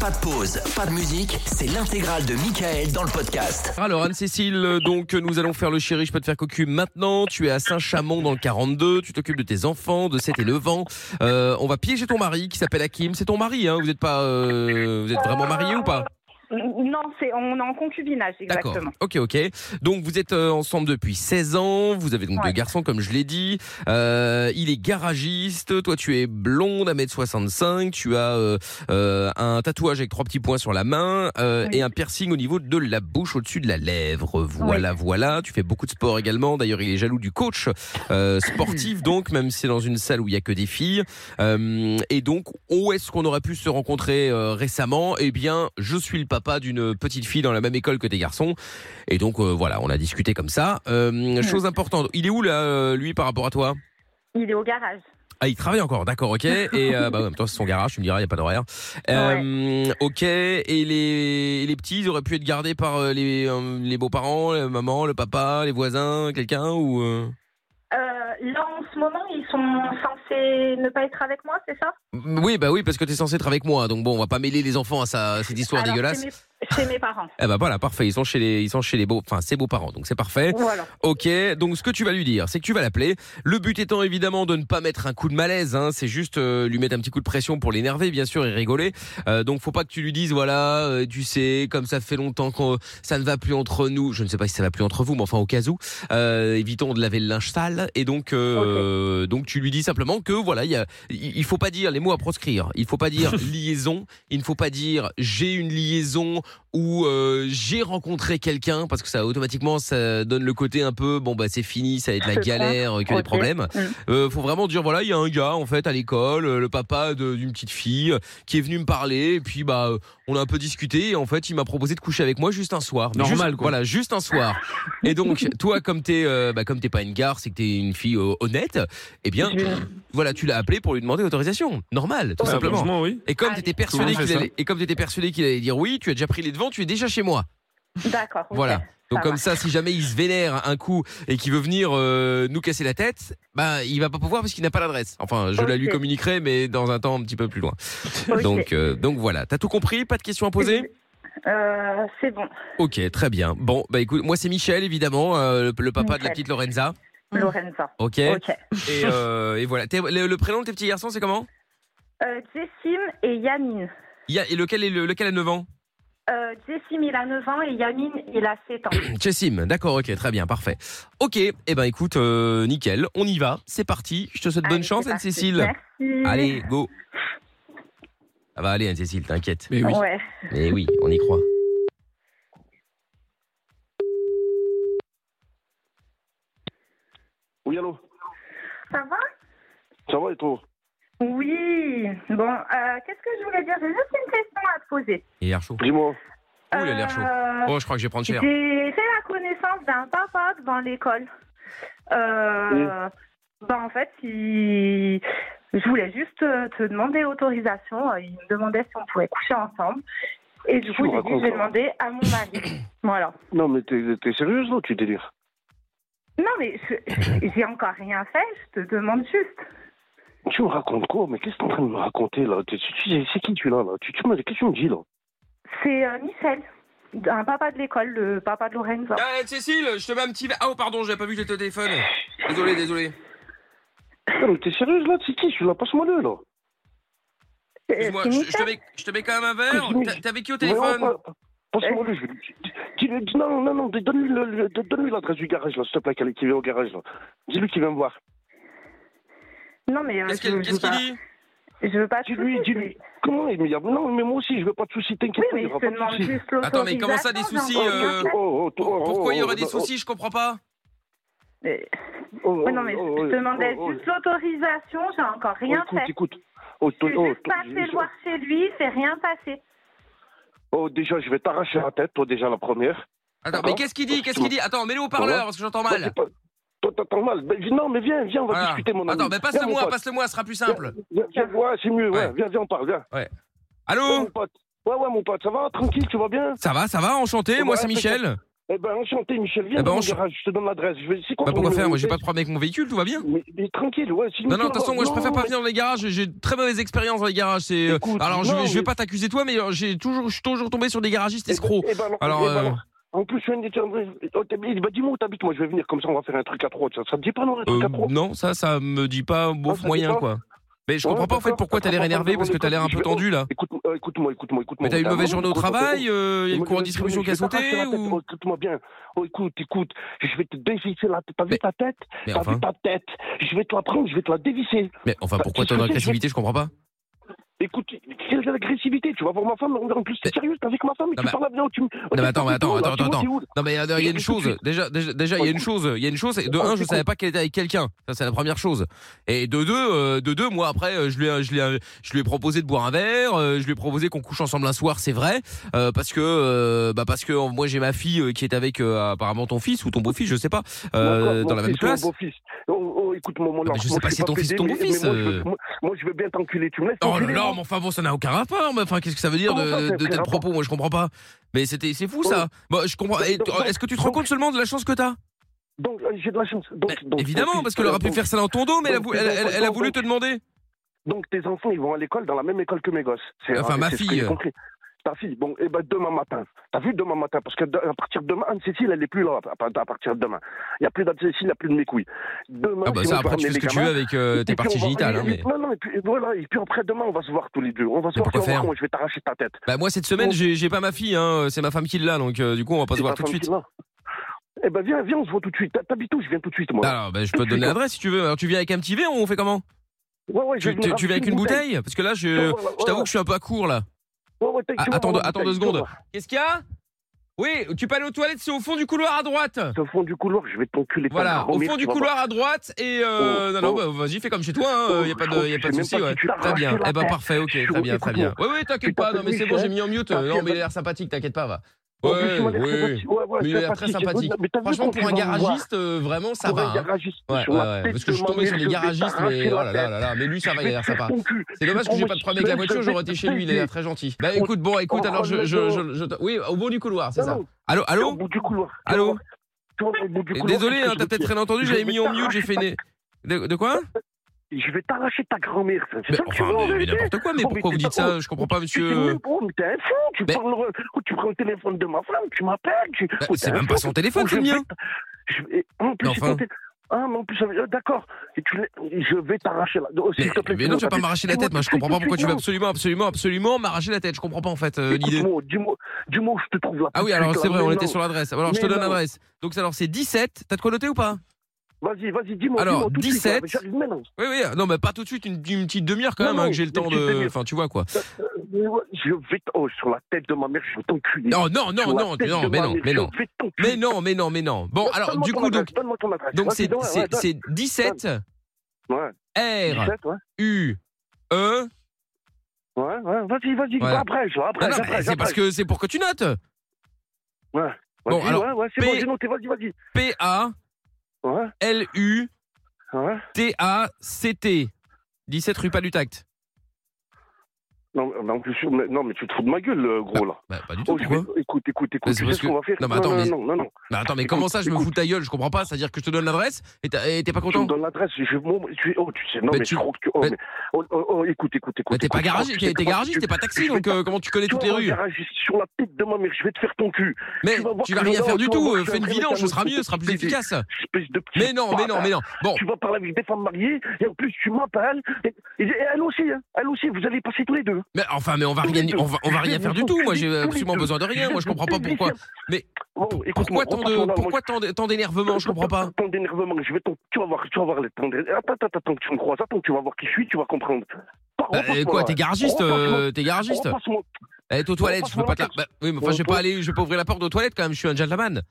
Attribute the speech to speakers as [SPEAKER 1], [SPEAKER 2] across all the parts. [SPEAKER 1] Pas de pause, pas de musique, c'est l'intégrale de Michael dans le podcast.
[SPEAKER 2] Alors Anne-Cécile, euh, donc euh, nous allons faire le chéri, je peux te faire cocu maintenant. Tu es à Saint-Chamond dans le 42, tu t'occupes de tes enfants, de 7 et 9 ans. Euh, on va piéger ton mari qui s'appelle Hakim. C'est ton mari, hein Vous êtes pas, euh, vous êtes vraiment marié ou pas
[SPEAKER 3] Non, c'est on est en concubinage
[SPEAKER 2] D'accord.
[SPEAKER 3] exactement.
[SPEAKER 2] Ok, ok. Donc vous êtes euh, ensemble depuis 16 ans. Vous avez donc deux
[SPEAKER 3] Ouais.
[SPEAKER 2] garçons, comme je l'ai dit. Euh, il est garagiste. Toi, tu es blonde, 1m65. Tu as euh, euh, un tatouage avec trois petits points sur la main euh,
[SPEAKER 3] Oui.
[SPEAKER 2] et un piercing au niveau de la bouche, au-dessus de la lèvre. Voilà, voilà. Tu fais beaucoup de sport également. D'ailleurs, il est jaloux du coach euh, sportif, donc même si c'est dans une salle où il y a que des filles. Euh, et donc, où est-ce qu'on aurait pu se rencontrer euh, récemment Eh bien, je suis le papa d'une petite fille dans la même école que tes garçons. Et donc, euh, voilà, on a discuté comme ça. Euh, chose importante, il est où là, euh, lui, par rapport à toi
[SPEAKER 3] Il est au garage.
[SPEAKER 2] ah, il travaille encore, d'accord, ok. Et euh, bah, en même temps, c'est son garage, tu me diras, il n'y a pas d'horaire. Euh, Ok, et les, les petits, ils auraient pu être gardés par euh, les, euh, les beaux-parents, la maman, le papa, les voisins, quelqu'un ou euh
[SPEAKER 3] Euh, là en ce moment, ils sont censés ne pas être avec moi, c'est ça
[SPEAKER 2] Oui, bah oui, parce que t'es censé être avec moi, donc bon, on va pas mêler les enfants à, sa, à cette histoire
[SPEAKER 3] Alors,
[SPEAKER 2] dégueulasse.
[SPEAKER 3] C'est mes, c'est mes parents.
[SPEAKER 2] Eh bah voilà, parfait, ils sont chez les, ils sont chez les beaux, enfin, ses beaux-parents, donc c'est parfait.
[SPEAKER 3] Voilà.
[SPEAKER 2] Ok, donc ce que tu vas lui dire, c'est que tu vas l'appeler. Le but étant évidemment de ne pas mettre un coup de malaise, hein, c'est juste euh, lui mettre un petit coup de pression pour l'énerver, bien sûr, et rigoler. Euh, donc faut pas que tu lui dises, voilà, euh, tu sais, comme ça fait longtemps que ça ne va plus entre nous. Je ne sais pas si ça va plus entre vous, mais enfin au cas où, euh, évitons de laver le linge sale. Et donc, euh, donc tu lui dis simplement que voilà, il y a- il il faut pas dire les mots à proscrire. Il faut pas dire liaison. Il ne faut pas dire j'ai une liaison ou euh, j'ai rencontré quelqu'un parce que ça automatiquement ça donne le côté un peu bon bah c'est fini, ça va être la
[SPEAKER 3] Je
[SPEAKER 2] galère que des
[SPEAKER 3] Ok.
[SPEAKER 2] problèmes.
[SPEAKER 3] Mm.
[SPEAKER 2] Euh, faut vraiment dire voilà il y a un gars en fait à l'école, euh, le papa de- d'une petite fille euh, qui est venu me parler et puis bah euh, on a un peu discuté et en fait il m'a proposé de coucher avec moi juste un soir. Mais
[SPEAKER 4] Normal,
[SPEAKER 2] juste-
[SPEAKER 4] quoi.
[SPEAKER 2] Voilà juste un soir. Et donc toi comme t'es euh, bah, comme t'es pas une gare, c'est que t'es une fille euh, honnête, eh bien
[SPEAKER 3] Je-
[SPEAKER 2] voilà tu l'as appelé pour lui demander autorisation. Normal
[SPEAKER 5] Ah,
[SPEAKER 2] tout
[SPEAKER 4] Ouais,
[SPEAKER 2] simplement.
[SPEAKER 4] franchement, oui.
[SPEAKER 2] Et comme
[SPEAKER 3] Allez.
[SPEAKER 2] t'étais persuadé
[SPEAKER 4] Tout le monde
[SPEAKER 2] qu'il
[SPEAKER 4] fait
[SPEAKER 2] allait, et comme t'étais persuadé qu'il allait dire oui, tu as déjà pris les devants, tu es déjà chez moi.
[SPEAKER 3] D'accord. ok.
[SPEAKER 2] Voilà. Donc
[SPEAKER 3] Ça
[SPEAKER 2] comme
[SPEAKER 3] marche.
[SPEAKER 2] ça, si jamais il se vénère un coup et qu'il veut venir euh, nous casser la tête, bah il va pas pouvoir parce qu'il n'a pas l'adresse. Enfin, je la lui
[SPEAKER 3] Ok.
[SPEAKER 2] communiquerai, mais dans un temps un petit peu plus loin.
[SPEAKER 3] Ok.
[SPEAKER 2] Donc euh, donc voilà. T'as tout compris Pas de questions à poser
[SPEAKER 3] Euh, c'est bon.
[SPEAKER 2] Ok, très bien. Bon, bah écoute, moi c'est Michel évidemment, euh, le, le papa de la
[SPEAKER 3] Michel.
[SPEAKER 2] petite Lorenza.
[SPEAKER 4] Mm.
[SPEAKER 3] Lorenza.
[SPEAKER 2] Ok.
[SPEAKER 3] Ok.
[SPEAKER 2] Hmm. Et, euh, et voilà. T'es- Le, le prénom de tes petits garçons, c'est comment
[SPEAKER 3] Euh, Jessim et Yamine.
[SPEAKER 2] Il y a- Et lequel est le- lequel a 9 ans
[SPEAKER 3] Euh, Jessim, il a 9 ans et Yamine, il a 7 ans.
[SPEAKER 2] Chessim, d'accord, ok, très bien, parfait. Ok, et eh ben écoute, euh, nickel, on y va, c'est parti. Je te souhaite bonne
[SPEAKER 3] Allez,
[SPEAKER 2] chance,
[SPEAKER 3] c'est parti.
[SPEAKER 2] Anne-Cécile.
[SPEAKER 3] Merci.
[SPEAKER 2] Allez, go. Ça va aller, Anne-Cécile, t'inquiète.
[SPEAKER 4] Mais oui.
[SPEAKER 3] Ouais.
[SPEAKER 2] Mais oui, on y croit.
[SPEAKER 6] Oui, allô
[SPEAKER 3] Ça va
[SPEAKER 6] Ça va et toi
[SPEAKER 3] Oui. Bon, euh, qu'est-ce que je voulais dire J'ai juste une question à te poser.
[SPEAKER 2] Il a l'air chaud.
[SPEAKER 6] Dis-moi.
[SPEAKER 2] Oh, il a l'air chaud.
[SPEAKER 3] Euh,
[SPEAKER 2] Oh, je crois que je vais prendre cher.
[SPEAKER 3] J'ai fait la connaissance d'un papa dans l'école. Euh, bah, en fait, il- je voulais juste euh, te demander autorisation. Euh, Il me demandait si on pouvait coucher ensemble. Et du
[SPEAKER 6] Tu
[SPEAKER 3] coup,
[SPEAKER 6] me
[SPEAKER 3] j'ai dit,
[SPEAKER 6] racontes
[SPEAKER 3] je vais
[SPEAKER 6] ça.
[SPEAKER 3] demander à mon mari. voilà.
[SPEAKER 6] Non, mais t'es t'es sérieuse, là, tu délires
[SPEAKER 3] Non, mais je- j'ai encore rien fait. Je te demande juste.
[SPEAKER 6] Tu me racontes quoi Mais qu'est-ce que t'es en train de me raconter, là Tu- tu- tu- C'est qui, tu là, là Tu, tu me qu'est-ce que tu me dis, là
[SPEAKER 3] C'est euh, Michel, un papa de l'école, le papa de Lorenzo.
[SPEAKER 2] Ah, Anne-Cécile, je te mets un petit. verre- Ah, oh, pardon, j'avais pas vu que j'étais au téléphone. Désolé, désolé.
[SPEAKER 3] Euh,
[SPEAKER 6] Non, mais t'es sérieuse, là C'est qui, celui-là Passe-moi le, là
[SPEAKER 3] C'est-
[SPEAKER 2] Excuse-moi,
[SPEAKER 3] c'est
[SPEAKER 2] je, je te
[SPEAKER 3] Michel.
[SPEAKER 2] mets, je te mets quand même un verre.
[SPEAKER 6] Excuse-moi.
[SPEAKER 2] T'as- T'avais qui au
[SPEAKER 6] Ouais,
[SPEAKER 2] téléphone
[SPEAKER 6] ouais, pa- Passe-moi le, je dis-le, dis- non, non, non, donne-lui le- le- donne-lui l'adresse du garage, là, s'il te plaît, qu'elle- qui vient au garage, là. Dis-lui qu'il vient me voir.
[SPEAKER 3] Non, mais euh,
[SPEAKER 2] Qu'est-ce
[SPEAKER 3] je,
[SPEAKER 2] qu'il
[SPEAKER 3] je
[SPEAKER 2] qu'est-ce
[SPEAKER 3] veux
[SPEAKER 2] qu'il
[SPEAKER 3] pas-
[SPEAKER 2] dit
[SPEAKER 3] je veux pas te
[SPEAKER 6] Dis-lui,
[SPEAKER 3] soucier.
[SPEAKER 6] dis-lui. Comment il me dit Non, mais moi aussi, je veux pas de soucis,
[SPEAKER 3] Oui,
[SPEAKER 6] t'inquiète pas,
[SPEAKER 3] mais
[SPEAKER 6] il y
[SPEAKER 3] je
[SPEAKER 6] aura
[SPEAKER 3] te
[SPEAKER 6] pas de
[SPEAKER 3] demande
[SPEAKER 6] soucis.
[SPEAKER 3] juste l'autorisation.
[SPEAKER 2] Attends, mais comment ça, des
[SPEAKER 3] j'ai
[SPEAKER 2] soucis,
[SPEAKER 3] encore
[SPEAKER 2] euh,
[SPEAKER 3] rien
[SPEAKER 6] Oh, oh, oh, oh,
[SPEAKER 2] Pourquoi il y aurait des
[SPEAKER 6] oh,
[SPEAKER 2] soucis Je comprends pas.
[SPEAKER 3] fait.
[SPEAKER 6] oh, oh,
[SPEAKER 3] Ouais, non, mais je
[SPEAKER 6] oh,
[SPEAKER 3] je
[SPEAKER 6] oh,
[SPEAKER 3] demandais
[SPEAKER 6] oh, oh.
[SPEAKER 3] juste l'autorisation, j'ai encore rien
[SPEAKER 6] Oh, écoute,
[SPEAKER 3] fait.
[SPEAKER 6] écoute. Oh,
[SPEAKER 3] Je
[SPEAKER 6] toi-
[SPEAKER 3] suis
[SPEAKER 6] oh,
[SPEAKER 3] juste
[SPEAKER 6] toi-
[SPEAKER 3] passé le voir chez lui, c'est rien passé.
[SPEAKER 6] Oh, déjà, je vais t'arracher la tête, toi, déjà, la première.
[SPEAKER 2] Attends, mais
[SPEAKER 6] Pardon
[SPEAKER 2] qu'est-ce qu'il dit Qu'est-ce qu'il dit Attends, mets-le au parleur
[SPEAKER 6] Voilà.
[SPEAKER 2] parce que j'entends
[SPEAKER 6] Toi,
[SPEAKER 2] mal.
[SPEAKER 6] t'es pas- Toi, t'attends mal. Ben, viens- non, mais viens, viens, on va
[SPEAKER 2] Voilà.
[SPEAKER 6] discuter, mon ami.
[SPEAKER 2] Attends, mais
[SPEAKER 6] Viens, mon
[SPEAKER 2] passe-le-moi,
[SPEAKER 6] pote.
[SPEAKER 2] passe-le-moi, ce sera plus simple.
[SPEAKER 6] Viens, viens, ouais, c'est mieux, ouais.
[SPEAKER 2] Ouais.
[SPEAKER 6] Viens, viens, on parle, viens. Ouais,
[SPEAKER 2] Allô
[SPEAKER 6] mon pote. Ouais, ouais, mon pote, ça va Tranquille, tu vas bien
[SPEAKER 2] Ça va, ça va, enchanté, moi
[SPEAKER 6] Ouais,
[SPEAKER 2] c'est Michel.
[SPEAKER 6] Eh ben, enchanté, Michel. Viens
[SPEAKER 2] Eh ben,
[SPEAKER 6] dans mon
[SPEAKER 2] enchan-
[SPEAKER 6] garage, je te donne l'adresse. Je vais... c'est quoi
[SPEAKER 2] Bah
[SPEAKER 6] ton
[SPEAKER 2] pourquoi
[SPEAKER 6] numéro
[SPEAKER 2] faire Moi j'ai
[SPEAKER 6] de
[SPEAKER 2] pas de problème avec mon véhicule, tout va bien.
[SPEAKER 6] tête mais, mais tranquille, ouais. c'est
[SPEAKER 2] Non,
[SPEAKER 6] nickel,
[SPEAKER 2] non, de toute façon, moi je préfère pas venir dans les garages. J'ai de très mauvaise expérience dans les garages. C'est euh,
[SPEAKER 6] Écoute,
[SPEAKER 2] alors je
[SPEAKER 6] non,
[SPEAKER 2] vais, je vais
[SPEAKER 6] mais-
[SPEAKER 2] pas t'accuser toi, mais euh, j'ai toujours, je suis toujours tombé sur des garagistes
[SPEAKER 6] Eh ben-
[SPEAKER 2] escrocs.
[SPEAKER 6] eh ben non,
[SPEAKER 2] Alors,
[SPEAKER 6] eh ben
[SPEAKER 2] euh,
[SPEAKER 6] non. En plus, je viens de oh, t'es- bah, dis-moi où t'habites, moi je vais venir, comme ça on va faire un truc à trois. Ça, ça te dit pas, non, un truc
[SPEAKER 2] Euh,
[SPEAKER 6] à trois
[SPEAKER 2] non, ça, ça me dit pas
[SPEAKER 6] Ah,
[SPEAKER 2] beauf
[SPEAKER 6] ça dit
[SPEAKER 2] moyen
[SPEAKER 6] pas
[SPEAKER 2] quoi. Mais je
[SPEAKER 6] Ouais,
[SPEAKER 2] comprends pas en fait
[SPEAKER 6] d'accord,
[SPEAKER 2] pourquoi t'as l'air
[SPEAKER 6] d'accord,
[SPEAKER 2] énervé
[SPEAKER 6] d'accord,
[SPEAKER 2] parce que t'as l'air un
[SPEAKER 6] je
[SPEAKER 2] peu
[SPEAKER 6] vais-
[SPEAKER 2] tendu là.
[SPEAKER 6] Écoute, euh, écoute-moi, écoute-moi, écoute-moi.
[SPEAKER 2] Mais t'as eu une
[SPEAKER 6] Ah,
[SPEAKER 2] mauvaise
[SPEAKER 6] non,
[SPEAKER 2] journée au
[SPEAKER 6] écoute-moi,
[SPEAKER 2] travail, euh, il y a
[SPEAKER 6] écoute-moi,
[SPEAKER 2] une cour en
[SPEAKER 6] je vais te
[SPEAKER 2] distribution qui a
[SPEAKER 6] t'arracher
[SPEAKER 2] sauté
[SPEAKER 6] la tête,
[SPEAKER 2] ou
[SPEAKER 6] oh, Écoute-moi bien. Oh, écoute, écoute, je vais te dévisser la tête. T'as
[SPEAKER 2] Mais-
[SPEAKER 6] vu ta tête
[SPEAKER 2] Mais
[SPEAKER 6] T'as
[SPEAKER 2] enfin,
[SPEAKER 6] vu ta tête Je vais te la prendre, je vais te la dévisser.
[SPEAKER 2] mais enfin pourquoi
[SPEAKER 6] tu sais
[SPEAKER 2] ton
[SPEAKER 6] ce que je veux
[SPEAKER 2] agressivité, je comprends pas.
[SPEAKER 6] Écoute, c'est de l'agressivité. Tu vas voir ma femme, on est en plus. T'es sérieux T'es avec ma femme et
[SPEAKER 2] Non,
[SPEAKER 6] tu
[SPEAKER 2] mais-
[SPEAKER 6] parles à venir, tu me.
[SPEAKER 2] mais attends, mais attends, attends, attends, Non mais euh, il y a
[SPEAKER 6] Je
[SPEAKER 2] une
[SPEAKER 6] vais
[SPEAKER 2] chose.
[SPEAKER 6] tout
[SPEAKER 2] Déjà, déjà, déjà, il y a une chose. Il y a une chose. De
[SPEAKER 6] Oh,
[SPEAKER 2] un, je
[SPEAKER 6] c'est
[SPEAKER 2] savais pas qu'elle était avec quelqu'un. Ça c'est la première chose. Et de deux, euh, de deux, moi après, euh, je lui, ai- je lui, ai- je lui ai proposé de boire un verre. euh, Je lui ai proposé qu'on couche ensemble un soir. C'est vrai, euh, parce que, euh, bah parce que euh, moi j'ai ma fille euh, qui est avec euh, apparemment ton fils ou ton beau-fils, je sais pas, euh, dans la même classe.
[SPEAKER 6] Mon beau-fils. Oh, oh, écoute, mon, mon
[SPEAKER 2] mais
[SPEAKER 6] lord,
[SPEAKER 2] je sais
[SPEAKER 6] moi,
[SPEAKER 2] pas si
[SPEAKER 6] suis
[SPEAKER 2] ton fils,
[SPEAKER 6] pédé,
[SPEAKER 2] ton
[SPEAKER 6] mais-
[SPEAKER 2] beau-fils,
[SPEAKER 6] mais Moi, je veux-
[SPEAKER 2] euh.
[SPEAKER 6] moi- moi, je veux bien t'enculer. Tu me laisses
[SPEAKER 2] Oh là
[SPEAKER 6] t'enculer,
[SPEAKER 2] là,
[SPEAKER 6] moi
[SPEAKER 2] mais enfin bon, ça n'a aucun rapport. Mais enfin, qu'est-ce que ça veut dire
[SPEAKER 6] Comment ça, ça
[SPEAKER 2] de,
[SPEAKER 6] n'a
[SPEAKER 2] de
[SPEAKER 6] aucun
[SPEAKER 2] tels
[SPEAKER 6] rapport Oh. Bah,
[SPEAKER 2] propos Moi, je comprends pas. Mais c'était, c'est fou ça. Bon, je comprends. Et,
[SPEAKER 6] Donc, donc,
[SPEAKER 2] Est-ce que tu te rends
[SPEAKER 6] donc-
[SPEAKER 2] compte seulement de la chance que t'as
[SPEAKER 6] Donc, euh, j'ai de la chance. Donc, donc,
[SPEAKER 2] Évidemment,
[SPEAKER 6] donc, euh,
[SPEAKER 2] parce qu'elle aurait pu
[SPEAKER 6] donc,
[SPEAKER 2] faire ça dans ton dos, mais elle a,
[SPEAKER 6] donc, Ah
[SPEAKER 2] vou- elle- elle- elle a voulu te demander.
[SPEAKER 6] Donc, tes enfants, ils vont à l'école dans la même école que mes gosses. C'est-
[SPEAKER 2] Enfin, ma
[SPEAKER 6] c'est ce que
[SPEAKER 2] fille. euh.
[SPEAKER 6] j'ai compris. Ta fille, bon, et ben demain matin. T'as vu demain matin Parce que de- à partir de demain, Anne-Cécile, elle n'est plus là. À part- à partir de demain. Il n'y a plus d'Anne-Cécile, il n'y a plus de mes couilles. Demain,
[SPEAKER 2] Ah bah
[SPEAKER 6] c'est
[SPEAKER 2] ça,
[SPEAKER 6] moi qui
[SPEAKER 2] après, tu
[SPEAKER 6] vais
[SPEAKER 2] fais ce que
[SPEAKER 6] emmener les
[SPEAKER 2] tu veux
[SPEAKER 6] gamins.
[SPEAKER 2] avec euh,
[SPEAKER 6] Et
[SPEAKER 2] tes
[SPEAKER 6] puis, on
[SPEAKER 2] parties
[SPEAKER 6] va-
[SPEAKER 2] génitales.
[SPEAKER 6] et-
[SPEAKER 2] hein,
[SPEAKER 6] et-
[SPEAKER 2] mais...
[SPEAKER 6] Non, non, et puis, voilà, et puis après demain, on va se voir tous les deux.
[SPEAKER 2] Mais
[SPEAKER 6] On va se voir,
[SPEAKER 2] pourquoi
[SPEAKER 6] tu vas voir
[SPEAKER 2] faire
[SPEAKER 6] comment je vais t'arracher ta tête.
[SPEAKER 2] Bah moi cette semaine j'ai j'ai pas ma fille hein, c'est ma femme qui l'a donc euh, du coup on va pas se
[SPEAKER 6] C'est
[SPEAKER 2] voir
[SPEAKER 6] pas
[SPEAKER 2] tout de suite.
[SPEAKER 6] tranquille, non. Eh ben viens, viens, on se voit tout de suite. T'habites où Je viens tout de suite, moi.
[SPEAKER 2] Alors bah, je peux te donner l'adresse si tu veux. Alors tu viens avec un petit verre ou on fait comment
[SPEAKER 6] ouais, ouais, je
[SPEAKER 2] tu,
[SPEAKER 6] vais
[SPEAKER 2] tu,
[SPEAKER 6] venir
[SPEAKER 2] tu viens avec une bouteille Parce que là je,
[SPEAKER 6] Ouais, ouais,
[SPEAKER 2] je t'avoue
[SPEAKER 6] ouais.
[SPEAKER 2] que je suis un peu à court là.
[SPEAKER 6] Ouais, ouais, t'as-
[SPEAKER 2] Ah,
[SPEAKER 6] tu vas
[SPEAKER 2] attends
[SPEAKER 6] voir
[SPEAKER 2] deux-
[SPEAKER 6] ma
[SPEAKER 2] attends deux
[SPEAKER 6] bouteille, tu vas
[SPEAKER 2] secondes.
[SPEAKER 6] voir.
[SPEAKER 2] Qu'est-ce qu'il y a Oui, tu peux aller aux toilettes, c'est au fond du couloir à droite.
[SPEAKER 6] C'est au fond du couloir, je vais t'enculer. ta
[SPEAKER 2] Voilà, au
[SPEAKER 6] grand-mère,
[SPEAKER 2] fond du
[SPEAKER 6] tu vas
[SPEAKER 2] couloir à droite et euh,
[SPEAKER 6] Oh,
[SPEAKER 2] non non
[SPEAKER 6] oh.
[SPEAKER 2] bah, vas-y fais comme chez toi hein,
[SPEAKER 6] Oh,
[SPEAKER 2] y a pas
[SPEAKER 6] je
[SPEAKER 2] de y a pas
[SPEAKER 6] sais
[SPEAKER 2] de
[SPEAKER 6] même
[SPEAKER 2] souci
[SPEAKER 6] pas si
[SPEAKER 2] ouais.
[SPEAKER 6] tu l'as
[SPEAKER 2] Très bien.
[SPEAKER 6] arraché la
[SPEAKER 2] Eh ben
[SPEAKER 6] tête.
[SPEAKER 2] parfait, OK,
[SPEAKER 6] Je
[SPEAKER 2] très bien, très bien. Oui oui, t'inquiète
[SPEAKER 6] Putain,
[SPEAKER 2] pas, non mais c'est bon,
[SPEAKER 6] Michel,
[SPEAKER 2] j'ai mis en mute.
[SPEAKER 6] ta
[SPEAKER 2] Non
[SPEAKER 6] fille,
[SPEAKER 2] mais il a
[SPEAKER 6] elle
[SPEAKER 2] l'air sympathique, t'inquiète pas va.
[SPEAKER 6] voir. En plus,
[SPEAKER 2] Ouais,
[SPEAKER 6] tu m'as l'air
[SPEAKER 2] oui.
[SPEAKER 6] sympathique. Ouais, ouais,
[SPEAKER 2] Mais il a l'air très
[SPEAKER 6] sympathique.
[SPEAKER 2] sympathique.
[SPEAKER 6] Mais t'as vu
[SPEAKER 2] Franchement,
[SPEAKER 6] quand
[SPEAKER 2] pour un
[SPEAKER 6] tu vas me voir,
[SPEAKER 2] garagiste, euh, vraiment, ça
[SPEAKER 6] pour
[SPEAKER 2] va.
[SPEAKER 6] un
[SPEAKER 2] hein.
[SPEAKER 6] garagiste,
[SPEAKER 2] Ouais,
[SPEAKER 6] sur
[SPEAKER 2] ouais,
[SPEAKER 6] la
[SPEAKER 2] ouais.
[SPEAKER 6] tête
[SPEAKER 2] Parce que je suis
[SPEAKER 6] de
[SPEAKER 2] tombé
[SPEAKER 6] ma
[SPEAKER 2] sur
[SPEAKER 6] mère,
[SPEAKER 2] des
[SPEAKER 6] je vais
[SPEAKER 2] garagistes, mais
[SPEAKER 6] t'arracher
[SPEAKER 2] oh
[SPEAKER 6] la
[SPEAKER 2] là là
[SPEAKER 6] tête.
[SPEAKER 2] là là, mais lui, ça va,
[SPEAKER 6] Je
[SPEAKER 2] il a
[SPEAKER 6] vais
[SPEAKER 2] l'air
[SPEAKER 6] te faire
[SPEAKER 2] sympa.
[SPEAKER 6] ton cul.
[SPEAKER 2] C'est dommage que j'ai
[SPEAKER 6] Prends-moi
[SPEAKER 2] pas de
[SPEAKER 6] si
[SPEAKER 2] problème
[SPEAKER 6] tu
[SPEAKER 2] avec la
[SPEAKER 6] veux,
[SPEAKER 2] voiture,
[SPEAKER 6] je vais
[SPEAKER 2] j'aurais été
[SPEAKER 6] te
[SPEAKER 2] chez lui, il a l'air
[SPEAKER 6] faire
[SPEAKER 2] très gentil. Bah écoute, bon, écoute,
[SPEAKER 6] Oh,
[SPEAKER 2] alors je,
[SPEAKER 6] le
[SPEAKER 2] je, je, je te- Oui, au bout du couloir, c'est ça.
[SPEAKER 6] Non, non,
[SPEAKER 2] Allô,
[SPEAKER 6] c'est Au
[SPEAKER 2] allô
[SPEAKER 6] bout du couloir. Tu
[SPEAKER 2] Allô
[SPEAKER 6] vas voir. Tu vas voir au bout du
[SPEAKER 2] Et
[SPEAKER 6] couloir,
[SPEAKER 2] Désolé,
[SPEAKER 6] qu'est-ce
[SPEAKER 2] hein,
[SPEAKER 6] que
[SPEAKER 2] t'as
[SPEAKER 6] je vais
[SPEAKER 2] peut-être
[SPEAKER 6] te
[SPEAKER 2] rien entendu,
[SPEAKER 6] Je
[SPEAKER 2] j'avais
[SPEAKER 6] vais
[SPEAKER 2] mis en mute, j'ai fait une... De, de quoi
[SPEAKER 6] dire Je vais t'arracher ta grand-mère. ça. C'est
[SPEAKER 2] mais,
[SPEAKER 6] ça que tu
[SPEAKER 2] enfin,
[SPEAKER 6] veux en
[SPEAKER 2] mais, mais
[SPEAKER 6] vérité
[SPEAKER 2] n'importe quoi, mais
[SPEAKER 6] Oh, mais
[SPEAKER 2] pourquoi vous
[SPEAKER 6] t'es
[SPEAKER 2] dites
[SPEAKER 6] pas-
[SPEAKER 2] ça Je comprends pas,
[SPEAKER 6] Tu sais
[SPEAKER 2] monsieur.
[SPEAKER 6] même pas, mais t'es un fou, tu,
[SPEAKER 2] Mais-
[SPEAKER 6] parles, oh, tu prends le téléphone de ma femme, tu m'appelles, tu...
[SPEAKER 2] Bah,
[SPEAKER 6] oh, t'es
[SPEAKER 2] c'est
[SPEAKER 6] un
[SPEAKER 2] même pas
[SPEAKER 6] fou.
[SPEAKER 2] son téléphone,
[SPEAKER 6] Oh,
[SPEAKER 2] c'est le
[SPEAKER 6] je
[SPEAKER 2] mien.
[SPEAKER 6] vais t- je vais- En plus,
[SPEAKER 2] Mais
[SPEAKER 6] c'est
[SPEAKER 2] enfin.
[SPEAKER 6] ton tél- Ah, mais en plus, ça veut- euh, d'accord, Et tu l'es- je vais t'arracher la... Oh,
[SPEAKER 2] Mais,
[SPEAKER 6] s'il te plaît,
[SPEAKER 2] mais non, tu vas pas m'arracher la tête, moi je comprends pas pourquoi tu veux
[SPEAKER 6] vas...
[SPEAKER 2] absolument, absolument, absolument m'arracher la tête. Je comprends pas en fait euh, l'idée.
[SPEAKER 6] Dis-moi, dis-moi, dis-moi où je te trouve là.
[SPEAKER 2] Ah oui,
[SPEAKER 6] tout de
[SPEAKER 2] alors
[SPEAKER 6] suite,
[SPEAKER 2] c'est
[SPEAKER 6] là,
[SPEAKER 2] vrai, on
[SPEAKER 6] mais
[SPEAKER 2] était
[SPEAKER 6] non.
[SPEAKER 2] sur l'adresse. Alors je te
[SPEAKER 6] Mais
[SPEAKER 2] donne
[SPEAKER 6] non.
[SPEAKER 2] l'adresse. Donc alors c'est 17. T'as de quoi noter ou pas
[SPEAKER 6] Vas-y, vas-y, dis-moi,
[SPEAKER 2] Alors,
[SPEAKER 6] dis-moi tout de suite, là,
[SPEAKER 2] 17.
[SPEAKER 6] mais j'arrive maintenant.
[SPEAKER 2] Oui, oui. Non, mais pas tout de suite, une, une petite demi-heure quand
[SPEAKER 6] Non,
[SPEAKER 2] même, hein,
[SPEAKER 6] non,
[SPEAKER 2] que j'ai le
[SPEAKER 6] une
[SPEAKER 2] temps
[SPEAKER 6] petite
[SPEAKER 2] de.
[SPEAKER 6] demi-heure.
[SPEAKER 2] Enfin, tu vois quoi.
[SPEAKER 6] Euh, mais ouais, Je vais... t- Oh, sur la tête de ma mère, je vais t'enculer.
[SPEAKER 2] Non, non, non,
[SPEAKER 6] Sur la
[SPEAKER 2] non,
[SPEAKER 6] tête
[SPEAKER 2] non,
[SPEAKER 6] de
[SPEAKER 2] mais
[SPEAKER 6] ma
[SPEAKER 2] non,
[SPEAKER 6] mère,
[SPEAKER 2] mais
[SPEAKER 6] je
[SPEAKER 2] non.
[SPEAKER 6] vais t'enculer.
[SPEAKER 2] Mais non, mais non, mais non. Bon, alors
[SPEAKER 6] Donne-moi
[SPEAKER 2] du
[SPEAKER 6] ton
[SPEAKER 2] coup,
[SPEAKER 6] adresse,
[SPEAKER 2] donc,
[SPEAKER 6] Donne-moi ton adresse.
[SPEAKER 2] donc
[SPEAKER 6] Vas-y,
[SPEAKER 2] c'est
[SPEAKER 6] donne- ouais,
[SPEAKER 2] c'est-
[SPEAKER 6] donne-
[SPEAKER 2] c'est 17
[SPEAKER 6] Ouais,
[SPEAKER 2] R
[SPEAKER 6] 17, ouais.
[SPEAKER 2] U E.
[SPEAKER 6] Ouais, ouais, vas-y, vas-y,
[SPEAKER 2] Voilà.
[SPEAKER 6] après, je, après,
[SPEAKER 2] Non, non,
[SPEAKER 6] après,
[SPEAKER 2] c'est parce que c'est pour que tu notes.
[SPEAKER 6] Ouais.
[SPEAKER 2] Bon,
[SPEAKER 6] Vas-y,
[SPEAKER 2] alors,
[SPEAKER 6] ouais, ouais, c'est
[SPEAKER 2] P-
[SPEAKER 6] bon, j'ai noté, vas-y, vas-y.
[SPEAKER 2] P A
[SPEAKER 6] Ouais,
[SPEAKER 2] L U
[SPEAKER 6] ouais.
[SPEAKER 2] T A C T. 17 rue Palutact.
[SPEAKER 6] Non, mais en plus, mais- non, mais tu te fous de ma gueule, euh, gros, là.
[SPEAKER 2] Bah, pas du tout.
[SPEAKER 6] Oh, je
[SPEAKER 2] Pourquoi
[SPEAKER 6] vais... Écoute, écoute,
[SPEAKER 2] Mais
[SPEAKER 6] écoute,
[SPEAKER 2] c'est
[SPEAKER 6] tu sais
[SPEAKER 2] parce
[SPEAKER 6] ce qu'on
[SPEAKER 2] que-
[SPEAKER 6] va faire
[SPEAKER 2] Non, mais attends,
[SPEAKER 6] non,
[SPEAKER 2] mais-
[SPEAKER 6] non, non, non.
[SPEAKER 2] Bah attends, mais comment ça, je me fous de ta gueule Je comprends pas. C'est-à-dire que je te donne l'adresse et t'as- et t'es pas
[SPEAKER 6] Tu me
[SPEAKER 2] content
[SPEAKER 6] donnes l'adresse, je... moi, moi, tu... Oh, tu sais, non,
[SPEAKER 2] Mais
[SPEAKER 6] mais,
[SPEAKER 2] tu-
[SPEAKER 6] je crois que tu... Oh,
[SPEAKER 2] mais-
[SPEAKER 6] mais... oh, oh, oh, écoute, écoute, écoute.
[SPEAKER 2] Bah, t'es pas
[SPEAKER 6] écoute,
[SPEAKER 2] garagiste,
[SPEAKER 6] je crois que
[SPEAKER 2] t'es
[SPEAKER 6] tu sais
[SPEAKER 2] garagiste, t'es pas taxi, donc euh, comment tu connais
[SPEAKER 6] Tu
[SPEAKER 2] toutes
[SPEAKER 6] vas
[SPEAKER 2] les
[SPEAKER 6] voir,
[SPEAKER 2] rues
[SPEAKER 6] garagiste, sur la tête de ma mère, je vais te faire ton cul.
[SPEAKER 2] Mais
[SPEAKER 6] tu vas voir
[SPEAKER 2] tu vas
[SPEAKER 6] que
[SPEAKER 2] rien
[SPEAKER 6] non,
[SPEAKER 2] faire du
[SPEAKER 6] tu vas
[SPEAKER 2] tout,
[SPEAKER 6] voir
[SPEAKER 2] euh,
[SPEAKER 6] que
[SPEAKER 2] fais une
[SPEAKER 6] après,
[SPEAKER 2] vidange,
[SPEAKER 6] t'as
[SPEAKER 2] ce sera
[SPEAKER 6] l'autre
[SPEAKER 2] mieux, ce sera plus
[SPEAKER 6] pédé.
[SPEAKER 2] efficace.
[SPEAKER 6] Espèce de petit
[SPEAKER 2] Mais non, mais non, mais non. Bon,
[SPEAKER 6] Tu vas parler avec des femmes mariées, et en plus, tu m'appelles. Et, et elle aussi, hein, elle aussi, vous allez passer tous les deux.
[SPEAKER 2] mais enfin, mais on va
[SPEAKER 6] Tous les
[SPEAKER 2] rien,
[SPEAKER 6] deux.
[SPEAKER 2] on va, on va rien faire du tout. Moi, j'ai
[SPEAKER 6] Tous les
[SPEAKER 2] absolument
[SPEAKER 6] deux.
[SPEAKER 2] besoin de rien. Moi, je comprends pas pourquoi. Mais
[SPEAKER 6] Bon,
[SPEAKER 2] pourquoi
[SPEAKER 6] écoute-moi,
[SPEAKER 2] tant
[SPEAKER 6] repasse-moi
[SPEAKER 2] de,
[SPEAKER 6] là, moi,
[SPEAKER 2] pourquoi tant de- tant d'énervement Je comprends pas.
[SPEAKER 6] Tant d'énervement, je vais t'en- tu vas voir, tu vas voir les temps d'éner- Attends, attends, attends que tu me croises, attends que tu vas voir qui je suis, tu vas comprendre. Par-
[SPEAKER 2] Bah,
[SPEAKER 6] repasse-moi
[SPEAKER 2] quoi,
[SPEAKER 6] là.
[SPEAKER 2] t'es garagiste, euh, t'es garagiste.
[SPEAKER 6] Repasse-moi.
[SPEAKER 2] Elle est aux toilettes, je peux pas te la. Bah, oui, mais enfin, je vais pas aller, je vais pas ouvrir la porte aux toilettes quand même. Je suis un gentleman.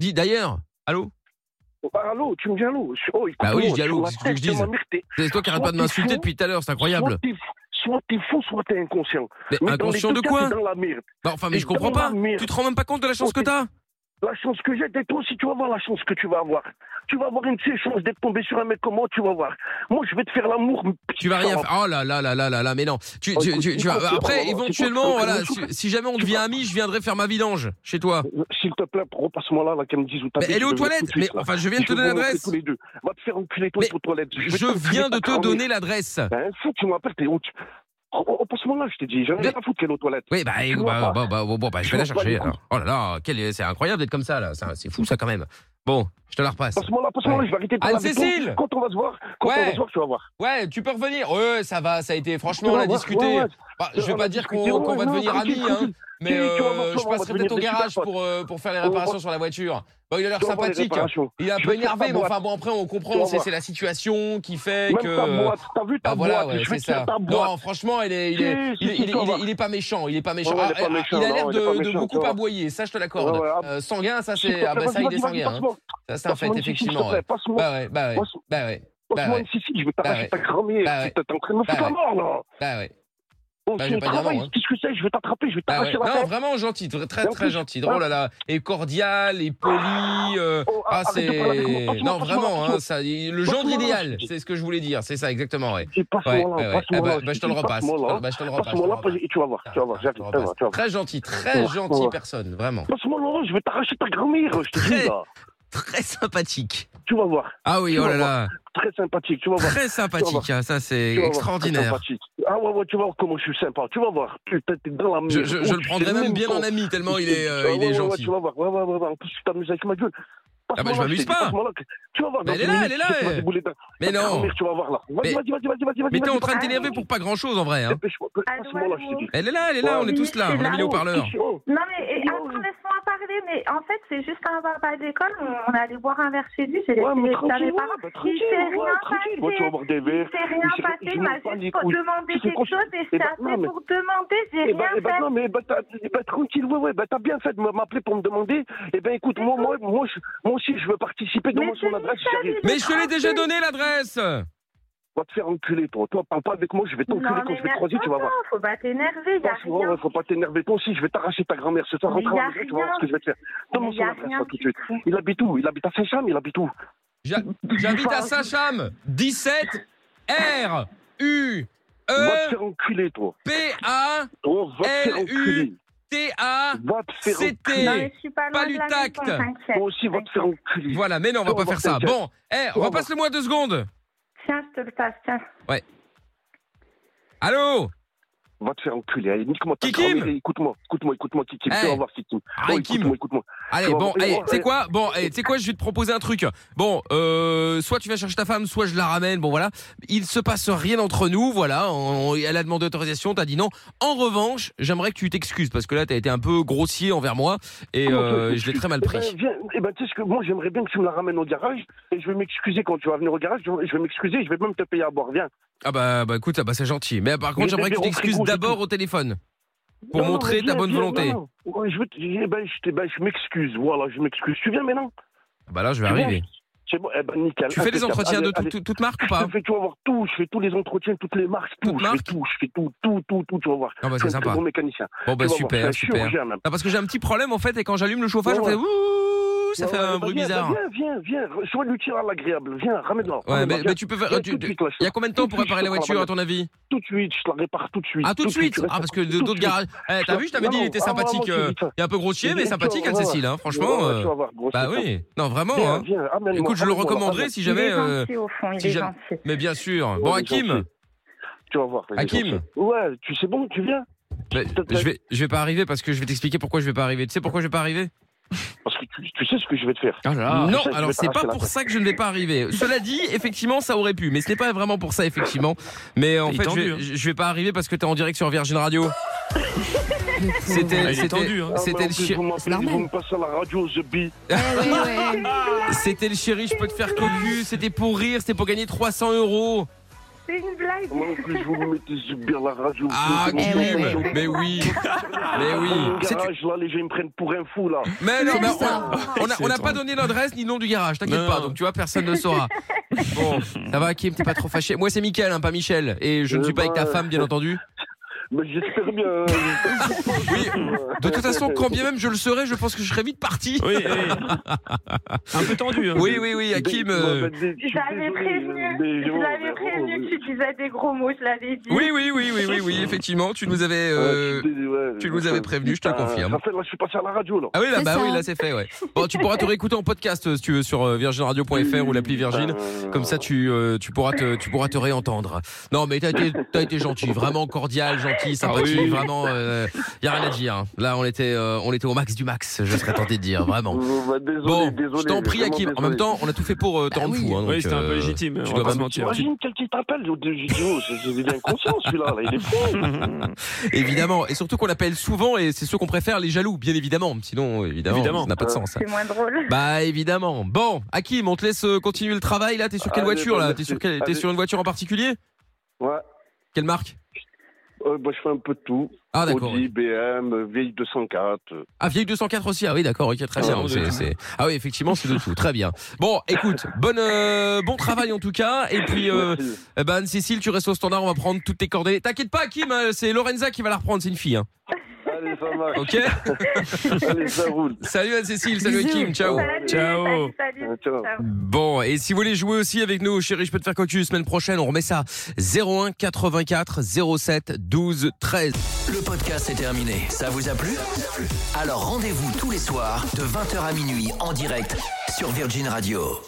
[SPEAKER 2] Dis d'ailleurs. Allô
[SPEAKER 6] Ah, allô, tu me dis allô. Oh, écoute,
[SPEAKER 2] Bah oui, je dis
[SPEAKER 6] sur
[SPEAKER 2] allô,
[SPEAKER 6] la
[SPEAKER 2] qu'est-ce que tu veux que je
[SPEAKER 6] tête de
[SPEAKER 2] dise
[SPEAKER 6] ma mère, t'es-
[SPEAKER 2] C'est toi qui arrête pas de m'insulter depuis tout à l'heure, c'est incroyable.
[SPEAKER 6] Soit t'es- Soit t'es fou, soit t'es inconscient.
[SPEAKER 2] Mais
[SPEAKER 6] Mais dans les
[SPEAKER 2] inconscient de
[SPEAKER 6] deux cas,
[SPEAKER 2] quoi
[SPEAKER 6] t'es dans la merde.
[SPEAKER 2] Bah enfin, mais
[SPEAKER 6] T'es
[SPEAKER 2] je comprends
[SPEAKER 6] dans la
[SPEAKER 2] pas.
[SPEAKER 6] merde.
[SPEAKER 2] Tu te rends même pas compte de la chance que t'as
[SPEAKER 6] La chance que j'ai, d'être toi aussi, tu vas voir la chance que tu vas avoir. Tu vas avoir une de ces chances d'être tombé sur un mec comme moi, tu vas voir. Moi, je vais te faire l'amour. mais-
[SPEAKER 2] Tu vas rien faire. Oh là là là là là là, mais non. Tu,
[SPEAKER 6] Oh,
[SPEAKER 2] tu-
[SPEAKER 6] écoute,
[SPEAKER 2] tu- tu vas-
[SPEAKER 6] écoute,
[SPEAKER 2] Après,
[SPEAKER 6] écoute,
[SPEAKER 2] éventuellement,
[SPEAKER 6] écoute,
[SPEAKER 2] voilà,
[SPEAKER 6] écoute,
[SPEAKER 2] si, si jamais on devient amis, je viendrai faire ma vidange chez toi.
[SPEAKER 6] S'il te plaît, repasse-moi là, là, qu'elle me dise où t'as
[SPEAKER 2] Mais elle est aux toilettes. Mais enfin, je viens de te donner l'adresse.
[SPEAKER 6] tous les deux. Va te faire enculer toi
[SPEAKER 2] Mais
[SPEAKER 6] aux toilettes. vais
[SPEAKER 2] Je
[SPEAKER 6] t'enculer,
[SPEAKER 2] viens de
[SPEAKER 6] t'as
[SPEAKER 2] te
[SPEAKER 6] cramé.
[SPEAKER 2] donner l'adresse.
[SPEAKER 6] Ben, fou, tu m'appelles, t'es où tu... Oh, oh, Passe-moi là, je t'ai dit. J'en ai
[SPEAKER 2] Mais-
[SPEAKER 6] rien à foutre qu'elle est aux toilettes.
[SPEAKER 2] Oui, bah,
[SPEAKER 6] Tu
[SPEAKER 2] bah,
[SPEAKER 6] vois
[SPEAKER 2] bah,
[SPEAKER 6] pas.
[SPEAKER 2] bah, bon, bon, bah, je vais la
[SPEAKER 6] Tu vois
[SPEAKER 2] chercher.
[SPEAKER 6] pas,
[SPEAKER 2] alors. Oh là là, quel est- c'est incroyable d'être comme ça, là. C'est un- C'est fou, ça, quand même. Bon, je te la repasse.
[SPEAKER 6] Passe-moi là, passe-moi
[SPEAKER 2] Ouais.
[SPEAKER 6] là, je vais arrêter de parler avec toi.
[SPEAKER 2] Anne-Cécile
[SPEAKER 6] Quand on va se voir, quand
[SPEAKER 2] Ouais.
[SPEAKER 6] on va se voir, tu vas voir.
[SPEAKER 2] Ouais, tu peux revenir. Ouais, ça va, ça a été. Franchement, on
[SPEAKER 6] Ouais,
[SPEAKER 2] a
[SPEAKER 6] ouais, ouais,
[SPEAKER 2] discuté.
[SPEAKER 6] ouais.
[SPEAKER 2] Bah, je vais
[SPEAKER 6] On
[SPEAKER 2] pas
[SPEAKER 6] a
[SPEAKER 2] dire qu'on
[SPEAKER 6] discuté,
[SPEAKER 2] qu'on
[SPEAKER 6] ouais,
[SPEAKER 2] va
[SPEAKER 6] non,
[SPEAKER 2] devenir
[SPEAKER 6] tranquille,
[SPEAKER 2] amis, hein.
[SPEAKER 6] tranquille.
[SPEAKER 2] Mais
[SPEAKER 6] Tu- tu vas voir
[SPEAKER 2] euh,
[SPEAKER 6] ça,
[SPEAKER 2] je
[SPEAKER 6] on va
[SPEAKER 2] passerai
[SPEAKER 6] devenir
[SPEAKER 2] peut-être au
[SPEAKER 6] des super
[SPEAKER 2] garage
[SPEAKER 6] potes.
[SPEAKER 2] pour, euh, pour faire les
[SPEAKER 6] On va voir.
[SPEAKER 2] réparations sur la voiture. Bon, il a l'air
[SPEAKER 6] Tu vas voir les
[SPEAKER 2] sympathique.
[SPEAKER 6] réparations.
[SPEAKER 2] hein. Il est un
[SPEAKER 6] Je
[SPEAKER 2] peu
[SPEAKER 6] vais te faire
[SPEAKER 2] énervé,
[SPEAKER 6] ta
[SPEAKER 2] mais
[SPEAKER 6] boîte.
[SPEAKER 2] enfin bon, après on
[SPEAKER 6] Tu
[SPEAKER 2] comprend,
[SPEAKER 6] vas
[SPEAKER 2] c'est
[SPEAKER 6] voir.
[SPEAKER 2] c'est la situation qui fait
[SPEAKER 6] Même
[SPEAKER 2] que.
[SPEAKER 6] ta boîte, t'as vu ta
[SPEAKER 2] Bah voilà,
[SPEAKER 6] boîte,
[SPEAKER 2] ouais,
[SPEAKER 6] je vais
[SPEAKER 2] c'est
[SPEAKER 6] te faire
[SPEAKER 2] ça.
[SPEAKER 6] ta boîte.
[SPEAKER 2] Non, franchement, il est, il
[SPEAKER 6] Si,
[SPEAKER 2] est,
[SPEAKER 6] si,
[SPEAKER 2] il est,
[SPEAKER 6] si,
[SPEAKER 2] il est-
[SPEAKER 6] tu vas voir.
[SPEAKER 2] il est pas méchant. Il est pas méchant.
[SPEAKER 6] Ouais, ouais, il est
[SPEAKER 2] Ah,
[SPEAKER 6] pas
[SPEAKER 2] ah,
[SPEAKER 6] méchant,
[SPEAKER 2] il a l'air
[SPEAKER 6] non, il est pas
[SPEAKER 2] de, de
[SPEAKER 6] méchant,
[SPEAKER 2] beaucoup
[SPEAKER 6] tu vois.
[SPEAKER 2] aboyer. Ça, je te l'accorde.
[SPEAKER 6] Ouais, ouais, ah,
[SPEAKER 2] Euh, sanguin, ça
[SPEAKER 6] S'il te
[SPEAKER 2] c'est, ah
[SPEAKER 6] plaît,
[SPEAKER 2] bah ça,
[SPEAKER 6] vas-y,
[SPEAKER 2] il est
[SPEAKER 6] vas-y, vas-y,
[SPEAKER 2] sanguin. hein.
[SPEAKER 6] passe-moi.
[SPEAKER 2] Ça c'est un fait,
[SPEAKER 6] Passe-moi une ici, s'il
[SPEAKER 2] effectivement.
[SPEAKER 6] te
[SPEAKER 2] ouais.
[SPEAKER 6] plaît, Passe-moi
[SPEAKER 2] Bah ouais, bah ouais,
[SPEAKER 6] Passe-
[SPEAKER 2] bah ouais,
[SPEAKER 6] passe-moi
[SPEAKER 2] ouais.
[SPEAKER 6] une ici, je vais
[SPEAKER 2] Bah
[SPEAKER 6] t'arracher
[SPEAKER 2] ouais.
[SPEAKER 6] ta
[SPEAKER 2] Bah
[SPEAKER 6] grand-mère.
[SPEAKER 2] ouais.
[SPEAKER 6] Tu t'es en train de me foutre
[SPEAKER 2] Bah
[SPEAKER 6] la mort, là.
[SPEAKER 2] bah ouais.
[SPEAKER 6] On
[SPEAKER 2] Bah,
[SPEAKER 6] se
[SPEAKER 2] j'ai pas dit un
[SPEAKER 6] travaille,
[SPEAKER 2] mot, hein.
[SPEAKER 6] qu'est-ce que c'est Je vais t'attraper, je vais
[SPEAKER 2] Ah
[SPEAKER 6] t'arracher
[SPEAKER 2] ouais.
[SPEAKER 6] la
[SPEAKER 2] Non,
[SPEAKER 6] tête.
[SPEAKER 2] vraiment gentil, tr- très
[SPEAKER 6] Et en
[SPEAKER 2] très
[SPEAKER 6] plus,
[SPEAKER 2] gentil.
[SPEAKER 6] hein.
[SPEAKER 2] Oh là là, et cordial, et poli. euh,
[SPEAKER 6] Oh,
[SPEAKER 2] Ah,
[SPEAKER 6] arrête de
[SPEAKER 2] c'est.
[SPEAKER 6] parler avec moi, passe-moi,
[SPEAKER 2] Non,
[SPEAKER 6] passe-moi,
[SPEAKER 2] vraiment,
[SPEAKER 6] passe-moi.
[SPEAKER 2] hein, ça, le genre
[SPEAKER 6] Passe-moi,
[SPEAKER 2] idéal,
[SPEAKER 6] je te dis.
[SPEAKER 2] c'est ce que je voulais dire, c'est ça, exactement, ouais.
[SPEAKER 6] Dis, Passe-moi
[SPEAKER 2] Ouais,
[SPEAKER 6] là,
[SPEAKER 2] ouais, ouais.
[SPEAKER 6] passe-moi
[SPEAKER 2] Eh ben,
[SPEAKER 6] là,
[SPEAKER 2] bah, je te
[SPEAKER 6] dis,
[SPEAKER 2] le repasse.
[SPEAKER 6] passe-moi là.
[SPEAKER 2] Bah, je te le repasse. je te
[SPEAKER 6] Passe-moi
[SPEAKER 2] le
[SPEAKER 6] là,
[SPEAKER 2] repasse.
[SPEAKER 6] et tu vas voir, tu vas voir, j'arrive,
[SPEAKER 2] Je te le
[SPEAKER 6] tu vas voir,
[SPEAKER 2] repasse.
[SPEAKER 6] tu vas voir.
[SPEAKER 2] ah, Très gentil, très
[SPEAKER 6] Ouais,
[SPEAKER 2] gentil
[SPEAKER 6] ouais.
[SPEAKER 2] personne, vraiment.
[SPEAKER 6] Passe-moi là, je vais t'arracher ta grand-mère, je te
[SPEAKER 2] Très-
[SPEAKER 6] dis là.
[SPEAKER 2] Très sympathique.
[SPEAKER 6] Tu vas voir,
[SPEAKER 2] Ah oui,
[SPEAKER 6] Tu
[SPEAKER 2] oh
[SPEAKER 6] vas
[SPEAKER 2] là là,
[SPEAKER 6] très sympathique, tu vas voir.
[SPEAKER 2] très
[SPEAKER 6] Tu vas voir.
[SPEAKER 2] sympathique, hein, ça c'est
[SPEAKER 6] Tu vas voir, très
[SPEAKER 2] extraordinaire.
[SPEAKER 6] sympathique. Ah ouais, ouais, tu vas voir comment je suis sympa. Tu vas voir. Putain, t'es dans la merde.
[SPEAKER 2] Je, je- je
[SPEAKER 6] Oh,
[SPEAKER 2] le
[SPEAKER 6] tu
[SPEAKER 2] prendrais
[SPEAKER 6] sais
[SPEAKER 2] même bien
[SPEAKER 6] pas.
[SPEAKER 2] en ami, tellement il est, euh,
[SPEAKER 6] Ah
[SPEAKER 2] il
[SPEAKER 6] ouais,
[SPEAKER 2] est
[SPEAKER 6] ouais, ouais,
[SPEAKER 2] gentil.
[SPEAKER 6] tu vas voir. Ouais, ouais, ouais, ouais. En plus, tu t'amuses avec ma gueule. Passe-moi
[SPEAKER 2] bah, je
[SPEAKER 6] là,
[SPEAKER 2] m'amuse
[SPEAKER 6] t'ai dit,
[SPEAKER 2] pas.
[SPEAKER 6] passe-moi là que- Tu vas voir.
[SPEAKER 2] Mais
[SPEAKER 6] dans
[SPEAKER 2] elle est
[SPEAKER 6] une
[SPEAKER 2] là,
[SPEAKER 6] minute,
[SPEAKER 2] elle est là,
[SPEAKER 6] je te fais
[SPEAKER 2] elle.
[SPEAKER 6] débouler ta-
[SPEAKER 2] Mais
[SPEAKER 6] ta
[SPEAKER 2] non,
[SPEAKER 6] grand-mère, Tu vas voir là.
[SPEAKER 2] Mais-
[SPEAKER 6] Vas-y, vas-y, vas-y, vas-y, vas-y.
[SPEAKER 2] mais t'es
[SPEAKER 6] vas-y,
[SPEAKER 2] en train de
[SPEAKER 6] vas-y.
[SPEAKER 2] t'énerver pour pas grand chose en vrai. Hein.
[SPEAKER 6] Dépêche-moi,
[SPEAKER 3] Allô,
[SPEAKER 6] Passe-moi là, je te
[SPEAKER 3] allô.
[SPEAKER 6] dis.
[SPEAKER 2] Elle est là, elle est là, on est tous là, on a mis le haut-parleur.
[SPEAKER 6] Oh,
[SPEAKER 3] Non, mais et, attends,
[SPEAKER 6] Non.
[SPEAKER 3] laisse-moi parler. Mais en fait, c'est juste un papa d'école. On, on est allé boire un verre chez lui. J'ai laissé
[SPEAKER 6] Ouais, mais
[SPEAKER 3] les
[SPEAKER 6] tranquille,
[SPEAKER 3] parents.
[SPEAKER 6] ouais, bah,
[SPEAKER 3] Il
[SPEAKER 6] tranquille,
[SPEAKER 3] s'est
[SPEAKER 6] ouais,
[SPEAKER 3] rien
[SPEAKER 6] tranquille. Moi,
[SPEAKER 3] passé.
[SPEAKER 6] tu vas boire des
[SPEAKER 3] Il
[SPEAKER 6] verres.
[SPEAKER 3] s'est rien
[SPEAKER 6] Je-
[SPEAKER 3] passé.
[SPEAKER 6] je
[SPEAKER 3] Il
[SPEAKER 6] me
[SPEAKER 3] m'a
[SPEAKER 6] bats les
[SPEAKER 3] juste
[SPEAKER 6] couilles.
[SPEAKER 3] demandé
[SPEAKER 6] Tu sais
[SPEAKER 3] quelque
[SPEAKER 6] quoi,
[SPEAKER 3] chose et
[SPEAKER 6] eh
[SPEAKER 3] c'est
[SPEAKER 6] ben, non,
[SPEAKER 3] assez
[SPEAKER 6] mais-
[SPEAKER 3] pour demander. J'ai
[SPEAKER 6] Eh ben,
[SPEAKER 3] rien
[SPEAKER 6] eh ben,
[SPEAKER 3] fait.
[SPEAKER 6] non, mais eh ben, t'as- eh ben, tranquille, ouais, ouais, bah, t'as bien fait de m'appeler pour me demander. Eh ben, écoute, moi, moi, moi, je- moi aussi, je veux participer.
[SPEAKER 3] Mais
[SPEAKER 6] Donne-moi son
[SPEAKER 3] c'est
[SPEAKER 6] adresse,
[SPEAKER 3] Michel,
[SPEAKER 6] j'arrive.
[SPEAKER 3] il est
[SPEAKER 2] Mais je te l'ai déjà
[SPEAKER 3] tranquille.
[SPEAKER 2] donné l'adresse.
[SPEAKER 6] Va te faire enculer, toi. Toi, parle pas avec moi, je vais t'enculer
[SPEAKER 3] Non,
[SPEAKER 6] quand
[SPEAKER 3] mais
[SPEAKER 6] je vais te croiser, tu vas voir.
[SPEAKER 3] attends, faut pas t'énerver. Il y a
[SPEAKER 6] Franchement, ouais,
[SPEAKER 3] rien.
[SPEAKER 6] faut pas t'énerver. Toi aussi, je vais t'arracher ta grand-mère. Ce soir,
[SPEAKER 3] Mais
[SPEAKER 6] rentre à
[SPEAKER 3] y a
[SPEAKER 6] la maison, tu vas voir
[SPEAKER 3] rien.
[SPEAKER 6] ce que je vais te faire. Donne-moi
[SPEAKER 3] Mais y
[SPEAKER 6] son
[SPEAKER 3] a
[SPEAKER 6] adresse,
[SPEAKER 3] rien
[SPEAKER 6] toi, tout de
[SPEAKER 3] du
[SPEAKER 6] suite.
[SPEAKER 3] tout.
[SPEAKER 6] Il habite où Il habite à Saint-Cham, il habite où
[SPEAKER 2] J'ha- J'habite à Saint-Cham, 17 R U
[SPEAKER 6] Va te
[SPEAKER 2] E
[SPEAKER 6] faire enculer, toi.
[SPEAKER 2] P A
[SPEAKER 6] Toi, va te faire
[SPEAKER 2] L, U,
[SPEAKER 6] enculer.
[SPEAKER 2] T A
[SPEAKER 6] Va te faire
[SPEAKER 2] C
[SPEAKER 6] enculer.
[SPEAKER 3] Non, mais
[SPEAKER 2] T.
[SPEAKER 3] je suis pas loin de la
[SPEAKER 2] Palutact.
[SPEAKER 3] maison, t'inquiète.
[SPEAKER 6] Toi aussi, va te faire enculer.
[SPEAKER 2] Voilà, mais non, on va pas faire ça. Bon, eh, repasse-le-moi deux secondes.
[SPEAKER 3] Tiens, je te le passe, tiens.
[SPEAKER 2] Allô
[SPEAKER 6] Va te faire enculer. Allez, nique-moi ta
[SPEAKER 2] Kikim
[SPEAKER 6] grand-mère et Écoute-moi, écoute-moi, écoute-moi, Kikim. Tu
[SPEAKER 2] Eh.
[SPEAKER 6] vas voir, Kikim.
[SPEAKER 2] Ah,
[SPEAKER 6] Oh,
[SPEAKER 2] Kim.
[SPEAKER 6] Écoute-moi, écoute-moi.
[SPEAKER 2] Allez,
[SPEAKER 6] Tu vas
[SPEAKER 2] bon,
[SPEAKER 6] voir.
[SPEAKER 2] allez,
[SPEAKER 6] Ouais,
[SPEAKER 2] tu sais quoi Bon, eh, tu sais quoi Je vais te proposer un truc. Bon, euh, soit tu viens chercher ta femme, soit je la ramène. Bon, voilà. Il se passe rien entre nous, voilà. On- elle a demandé autorisation, t'as dit non. En revanche, j'aimerais que tu t'excuses parce que là, t'as été un peu grossier envers moi et
[SPEAKER 6] Comment ça,
[SPEAKER 2] euh,
[SPEAKER 6] je
[SPEAKER 2] je l'ai
[SPEAKER 6] m'excuse
[SPEAKER 2] très mal
[SPEAKER 6] Eh
[SPEAKER 2] pris.
[SPEAKER 6] ben, viens, eh ben, tu sais ce que moi j'aimerais bien que tu me la ramènes au garage et je vais m'excuser quand tu vas venir au garage. Je je vais m'excuser, je vais même te payer à boire. Viens.
[SPEAKER 2] Ah bah, bah écoute, ah bah, c'est gentil. Mais par contre,
[SPEAKER 6] Mais
[SPEAKER 2] j'aimerais que tu
[SPEAKER 6] mais on
[SPEAKER 2] t'excuses
[SPEAKER 6] frigo, c'est
[SPEAKER 2] d'abord au téléphone pour
[SPEAKER 6] Non, non,
[SPEAKER 2] montrer
[SPEAKER 6] mais
[SPEAKER 2] ta
[SPEAKER 6] viens,
[SPEAKER 2] bonne
[SPEAKER 6] viens,
[SPEAKER 2] volonté.
[SPEAKER 6] non, non. Ouais, je veux te- eh ben, je, t'ai- ben, je m'excuse. Voilà, je m'excuse. Tu viens maintenant
[SPEAKER 2] Ah Bah là, je vais
[SPEAKER 6] Tu viens
[SPEAKER 2] arriver.
[SPEAKER 6] C'est bon. Eh ben nickel.
[SPEAKER 2] Tu fais les
[SPEAKER 6] impeccable.
[SPEAKER 2] entretiens
[SPEAKER 6] Allez,
[SPEAKER 2] de tout-
[SPEAKER 6] allez.
[SPEAKER 2] tout- toute marque ou
[SPEAKER 6] Je
[SPEAKER 2] pas
[SPEAKER 6] te fais, tu vas voir tout, je fais tous les entretiens, toutes les marques, tout,
[SPEAKER 2] Toutes
[SPEAKER 6] je fais
[SPEAKER 2] marques
[SPEAKER 6] tout, je fais tout, tout, tout, tout, tu vas voir.
[SPEAKER 2] Ah bah
[SPEAKER 6] Je
[SPEAKER 2] c'est
[SPEAKER 6] suis un très
[SPEAKER 2] sympa.
[SPEAKER 6] bon mécanicien.
[SPEAKER 2] Bon bah
[SPEAKER 6] Tu vas voir, je
[SPEAKER 2] super,
[SPEAKER 6] suis un
[SPEAKER 2] super.
[SPEAKER 6] chirurgien, même.
[SPEAKER 2] Ah, parce que j'ai un petit problème en fait et quand j'allume le chauffage, on
[SPEAKER 6] Ouais,
[SPEAKER 2] fait
[SPEAKER 6] ouais.
[SPEAKER 2] ouh, ça
[SPEAKER 6] Ouais,
[SPEAKER 2] fait
[SPEAKER 6] ouais,
[SPEAKER 2] un
[SPEAKER 6] bah,
[SPEAKER 2] bruit
[SPEAKER 6] viens,
[SPEAKER 2] bizarre.
[SPEAKER 6] bah, Viens, viens, viens, sois lui tirer à l'agréable. Viens, ramène-la.
[SPEAKER 2] Ouais,
[SPEAKER 6] ramène-la,
[SPEAKER 2] mais,
[SPEAKER 6] viens.
[SPEAKER 2] mais tu peux faire.
[SPEAKER 6] Viens,
[SPEAKER 2] tu-
[SPEAKER 6] tout de
[SPEAKER 2] tu-
[SPEAKER 6] suite, là, je-
[SPEAKER 2] Il y a combien de temps pour
[SPEAKER 6] Tout de suite,
[SPEAKER 2] réparer la
[SPEAKER 6] je te
[SPEAKER 2] voiture
[SPEAKER 6] prends
[SPEAKER 2] à ton avis
[SPEAKER 6] Tout de suite, je te la répare tout de suite.
[SPEAKER 2] Ah tout de suite.
[SPEAKER 6] tu restes
[SPEAKER 2] Ah parce que de-
[SPEAKER 6] tout de
[SPEAKER 2] d'autres
[SPEAKER 6] suite.
[SPEAKER 2] garages. Eh, T'as
[SPEAKER 6] Tu
[SPEAKER 2] vu, je
[SPEAKER 6] restes-
[SPEAKER 2] t'avais dit,
[SPEAKER 6] non,
[SPEAKER 2] il était
[SPEAKER 6] non, ah,
[SPEAKER 2] sympathique.
[SPEAKER 6] vraiment, tu
[SPEAKER 2] euh,
[SPEAKER 6] dis ça.
[SPEAKER 2] Il est un peu grossier, mais
[SPEAKER 6] Viens,
[SPEAKER 2] sympathique
[SPEAKER 6] tu vas
[SPEAKER 2] Anne-Cécile. hein,
[SPEAKER 6] voir.
[SPEAKER 2] Franchement,
[SPEAKER 6] Ouais, ouais, tu
[SPEAKER 2] euh,
[SPEAKER 6] vas voir, gros,
[SPEAKER 2] bah
[SPEAKER 6] c'est ça.
[SPEAKER 2] oui. Non vraiment.
[SPEAKER 6] Viens,
[SPEAKER 2] hein.
[SPEAKER 6] viens, amène-moi,
[SPEAKER 2] Écoute, je le
[SPEAKER 6] amène-moi,
[SPEAKER 2] recommanderais
[SPEAKER 6] amène-moi.
[SPEAKER 2] si
[SPEAKER 3] Il
[SPEAKER 2] jamais.
[SPEAKER 3] est
[SPEAKER 2] euh,
[SPEAKER 3] gentil, au fond, il
[SPEAKER 2] si
[SPEAKER 3] est
[SPEAKER 2] jamais-
[SPEAKER 3] gentil.
[SPEAKER 2] Mais bien sûr.
[SPEAKER 6] Ouais,
[SPEAKER 2] Bon,
[SPEAKER 6] mais
[SPEAKER 2] Hakim,
[SPEAKER 6] gentil. Tu vas voir. il est
[SPEAKER 2] Hakim.
[SPEAKER 6] gentil. Ouais, tu sais bon, tu viens
[SPEAKER 2] mais
[SPEAKER 6] S'il te plaît.
[SPEAKER 2] je vais, je vais pas arriver parce que je vais t'expliquer pourquoi je vais pas arriver. Tu sais pourquoi je vais pas arriver
[SPEAKER 6] Parce que tu, tu sais ce que je vais te faire.
[SPEAKER 4] Oh
[SPEAKER 6] Tu
[SPEAKER 2] Non,
[SPEAKER 6] sais, je vais
[SPEAKER 2] alors c'est pas
[SPEAKER 6] t'arracher la
[SPEAKER 2] pour
[SPEAKER 6] tête.
[SPEAKER 2] ça que je ne vais pas arriver. Cela dit, effectivement, ça aurait pu, mais ce n'est pas vraiment pour ça, effectivement. Mais en
[SPEAKER 4] Il est
[SPEAKER 2] fait, je
[SPEAKER 4] tendu,
[SPEAKER 2] vais,
[SPEAKER 4] hein.
[SPEAKER 2] je vais pas arriver parce que t'es en direct sur Virgin Radio.
[SPEAKER 4] Ah,
[SPEAKER 2] C'était,
[SPEAKER 4] il est
[SPEAKER 2] c'était,
[SPEAKER 4] tendu, hein.
[SPEAKER 6] Ah, mais en
[SPEAKER 2] c'était le
[SPEAKER 6] plus,
[SPEAKER 2] chi-
[SPEAKER 6] Vous m'appelez,
[SPEAKER 5] normal.
[SPEAKER 6] vous me passez à la radio, The Bee.
[SPEAKER 2] c'était le chéri, je peux te faire cocu. C'était pour rire, c'était pour gagner 300 euros.
[SPEAKER 3] C'est une blague.
[SPEAKER 6] Moi en plus, vous me mettez The Bee à la radio.
[SPEAKER 2] Ah,
[SPEAKER 6] Vous me
[SPEAKER 5] Eh
[SPEAKER 6] mettez
[SPEAKER 5] ouais.
[SPEAKER 6] sur
[SPEAKER 2] Kim, mais oui, mais oui.
[SPEAKER 6] Mon
[SPEAKER 2] C'est-
[SPEAKER 6] garage, là, les gens, ils me prennent pour un fou, là.
[SPEAKER 2] Mais non,
[SPEAKER 5] C'est
[SPEAKER 2] mais
[SPEAKER 5] bizarre.
[SPEAKER 2] on- on a- on n'a pas donné l'adresse ni le nom du garage, t'inquiète
[SPEAKER 4] Non.
[SPEAKER 2] pas, donc tu vois, personne ne le saura. Bon, ça va, Kim, t'es pas trop fâché. Moi, c'est Michael, hein, pas Michel. Et je ne
[SPEAKER 5] Eh
[SPEAKER 6] Euh,
[SPEAKER 5] ben,
[SPEAKER 2] suis pas avec ta
[SPEAKER 6] bah,
[SPEAKER 2] femme, bien entendu.
[SPEAKER 6] Mais j'espère bien. euh, j'espère bien. Euh,
[SPEAKER 2] De toute façon, quand bien même je le serais, je pense que je serais vite parti.
[SPEAKER 5] Oui, oui. Un peu tendu. hein.
[SPEAKER 2] Oui, oui, oui, Hakim. euh,
[SPEAKER 3] Je l'avais prévenu, je
[SPEAKER 6] euh,
[SPEAKER 3] l'avais prévenu, tu disais des gros mots, je l'avais dit.
[SPEAKER 2] Oui, oui, oui, oui, oui, oui, effectivement, tu nous avais. euh, tu nous avais prévenu, je
[SPEAKER 6] euh,
[SPEAKER 2] te le confirme.
[SPEAKER 6] Raphaël, là, je suis passé à la radio, là.
[SPEAKER 2] Ah oui, là,
[SPEAKER 4] C'est
[SPEAKER 2] bah
[SPEAKER 4] ça. hein.
[SPEAKER 2] oui, là, c'est fait, ouais. Bon, tu pourras te réécouter en podcast euh, si tu veux sur euh, virginradio.fr ou
[SPEAKER 6] Euh,
[SPEAKER 2] l'appli Virgin. Comme ça, tu, euh, tu, pourras te, tu pourras te réentendre. Non, mais t'as été, t'as été gentil, vraiment cordial, gentil, sympathique,
[SPEAKER 5] oui.
[SPEAKER 2] vraiment, euh, y a rien à dire. hein. Là, on était, euh, on était au max du max, je serais tenté de dire, vraiment.
[SPEAKER 6] Euh, bah, désolé,
[SPEAKER 2] Bon,
[SPEAKER 6] désolé,
[SPEAKER 2] je t'en prie,
[SPEAKER 6] vraiment
[SPEAKER 2] Hakim. En
[SPEAKER 6] désolé.
[SPEAKER 2] même temps, on a tout fait pour euh, te
[SPEAKER 4] Bah
[SPEAKER 2] rendre
[SPEAKER 4] oui.
[SPEAKER 2] fou. Hein,
[SPEAKER 5] Oui,
[SPEAKER 2] donc,
[SPEAKER 5] c'était un peu
[SPEAKER 2] euh,
[SPEAKER 5] légitime.
[SPEAKER 2] tu
[SPEAKER 5] on
[SPEAKER 2] dois
[SPEAKER 5] va pas se
[SPEAKER 2] même-
[SPEAKER 5] mentir.
[SPEAKER 6] Imagine quel petit appel. Je dis, oh, c'est- c'est- il est inconscient, celui-là. là, Il est fou.
[SPEAKER 2] Évidemment, et surtout qu'on l'appelle souvent, et c'est ceux qu'on préfère, les jaloux, bien évidemment. Sinon, évidemment,
[SPEAKER 5] Évidemment.
[SPEAKER 2] ça n'a pas de sens. hein.
[SPEAKER 3] C'est moins drôle.
[SPEAKER 2] Bah évidemment. Bon, Hakim, on te laisse euh, continuer le travail là. T'es sur quelle
[SPEAKER 6] Allez,
[SPEAKER 2] voiture
[SPEAKER 6] bon,
[SPEAKER 2] là
[SPEAKER 6] merci.
[SPEAKER 2] T'es sur, quelle- t'es
[SPEAKER 6] Allez.
[SPEAKER 2] sur une voiture en particulier
[SPEAKER 6] Ouais.
[SPEAKER 2] Quelle marque
[SPEAKER 6] Euh, bah, je fais un peu de tout.
[SPEAKER 2] Ah d'accord.
[SPEAKER 6] Audi, BM, vieille 204. euh,
[SPEAKER 2] Ah vieille 204 aussi. Ah oui d'accord. Ok très
[SPEAKER 6] Ah,
[SPEAKER 2] bien.
[SPEAKER 5] non,
[SPEAKER 2] Donc,
[SPEAKER 5] de
[SPEAKER 2] c'est-
[SPEAKER 5] tout.
[SPEAKER 2] c'est- Ah oui effectivement c'est de tout. Très bien. Bon écoute, bonne euh, bon travail en tout cas. Et puis euh,
[SPEAKER 6] merci.
[SPEAKER 2] eh ben Cécile, tu restes au standard. On va prendre toutes tes coordonnées. T'inquiète pas, Hakim. hein, c'est Lorenza qui va la reprendre. C'est une fille. hein.
[SPEAKER 6] Allez, ça marche.
[SPEAKER 2] Ok.
[SPEAKER 6] Allez, ça roule.
[SPEAKER 2] salut Anne Cécile. Salut
[SPEAKER 4] Bisous.
[SPEAKER 2] Hakim. Ciao.
[SPEAKER 3] Salut,
[SPEAKER 5] Ciao.
[SPEAKER 3] salut, salut.
[SPEAKER 6] Euh, Ciao.
[SPEAKER 3] Ciao.
[SPEAKER 2] Bon, et si vous voulez jouer aussi avec nous, chérie, je peux te faire cocu, semaine prochaine, on remet ça. 01 84 07 12 13.
[SPEAKER 1] Le podcast est terminé. Ça vous a plu Alors rendez-vous tous les soirs de 20h à minuit en direct sur Virgin Radio.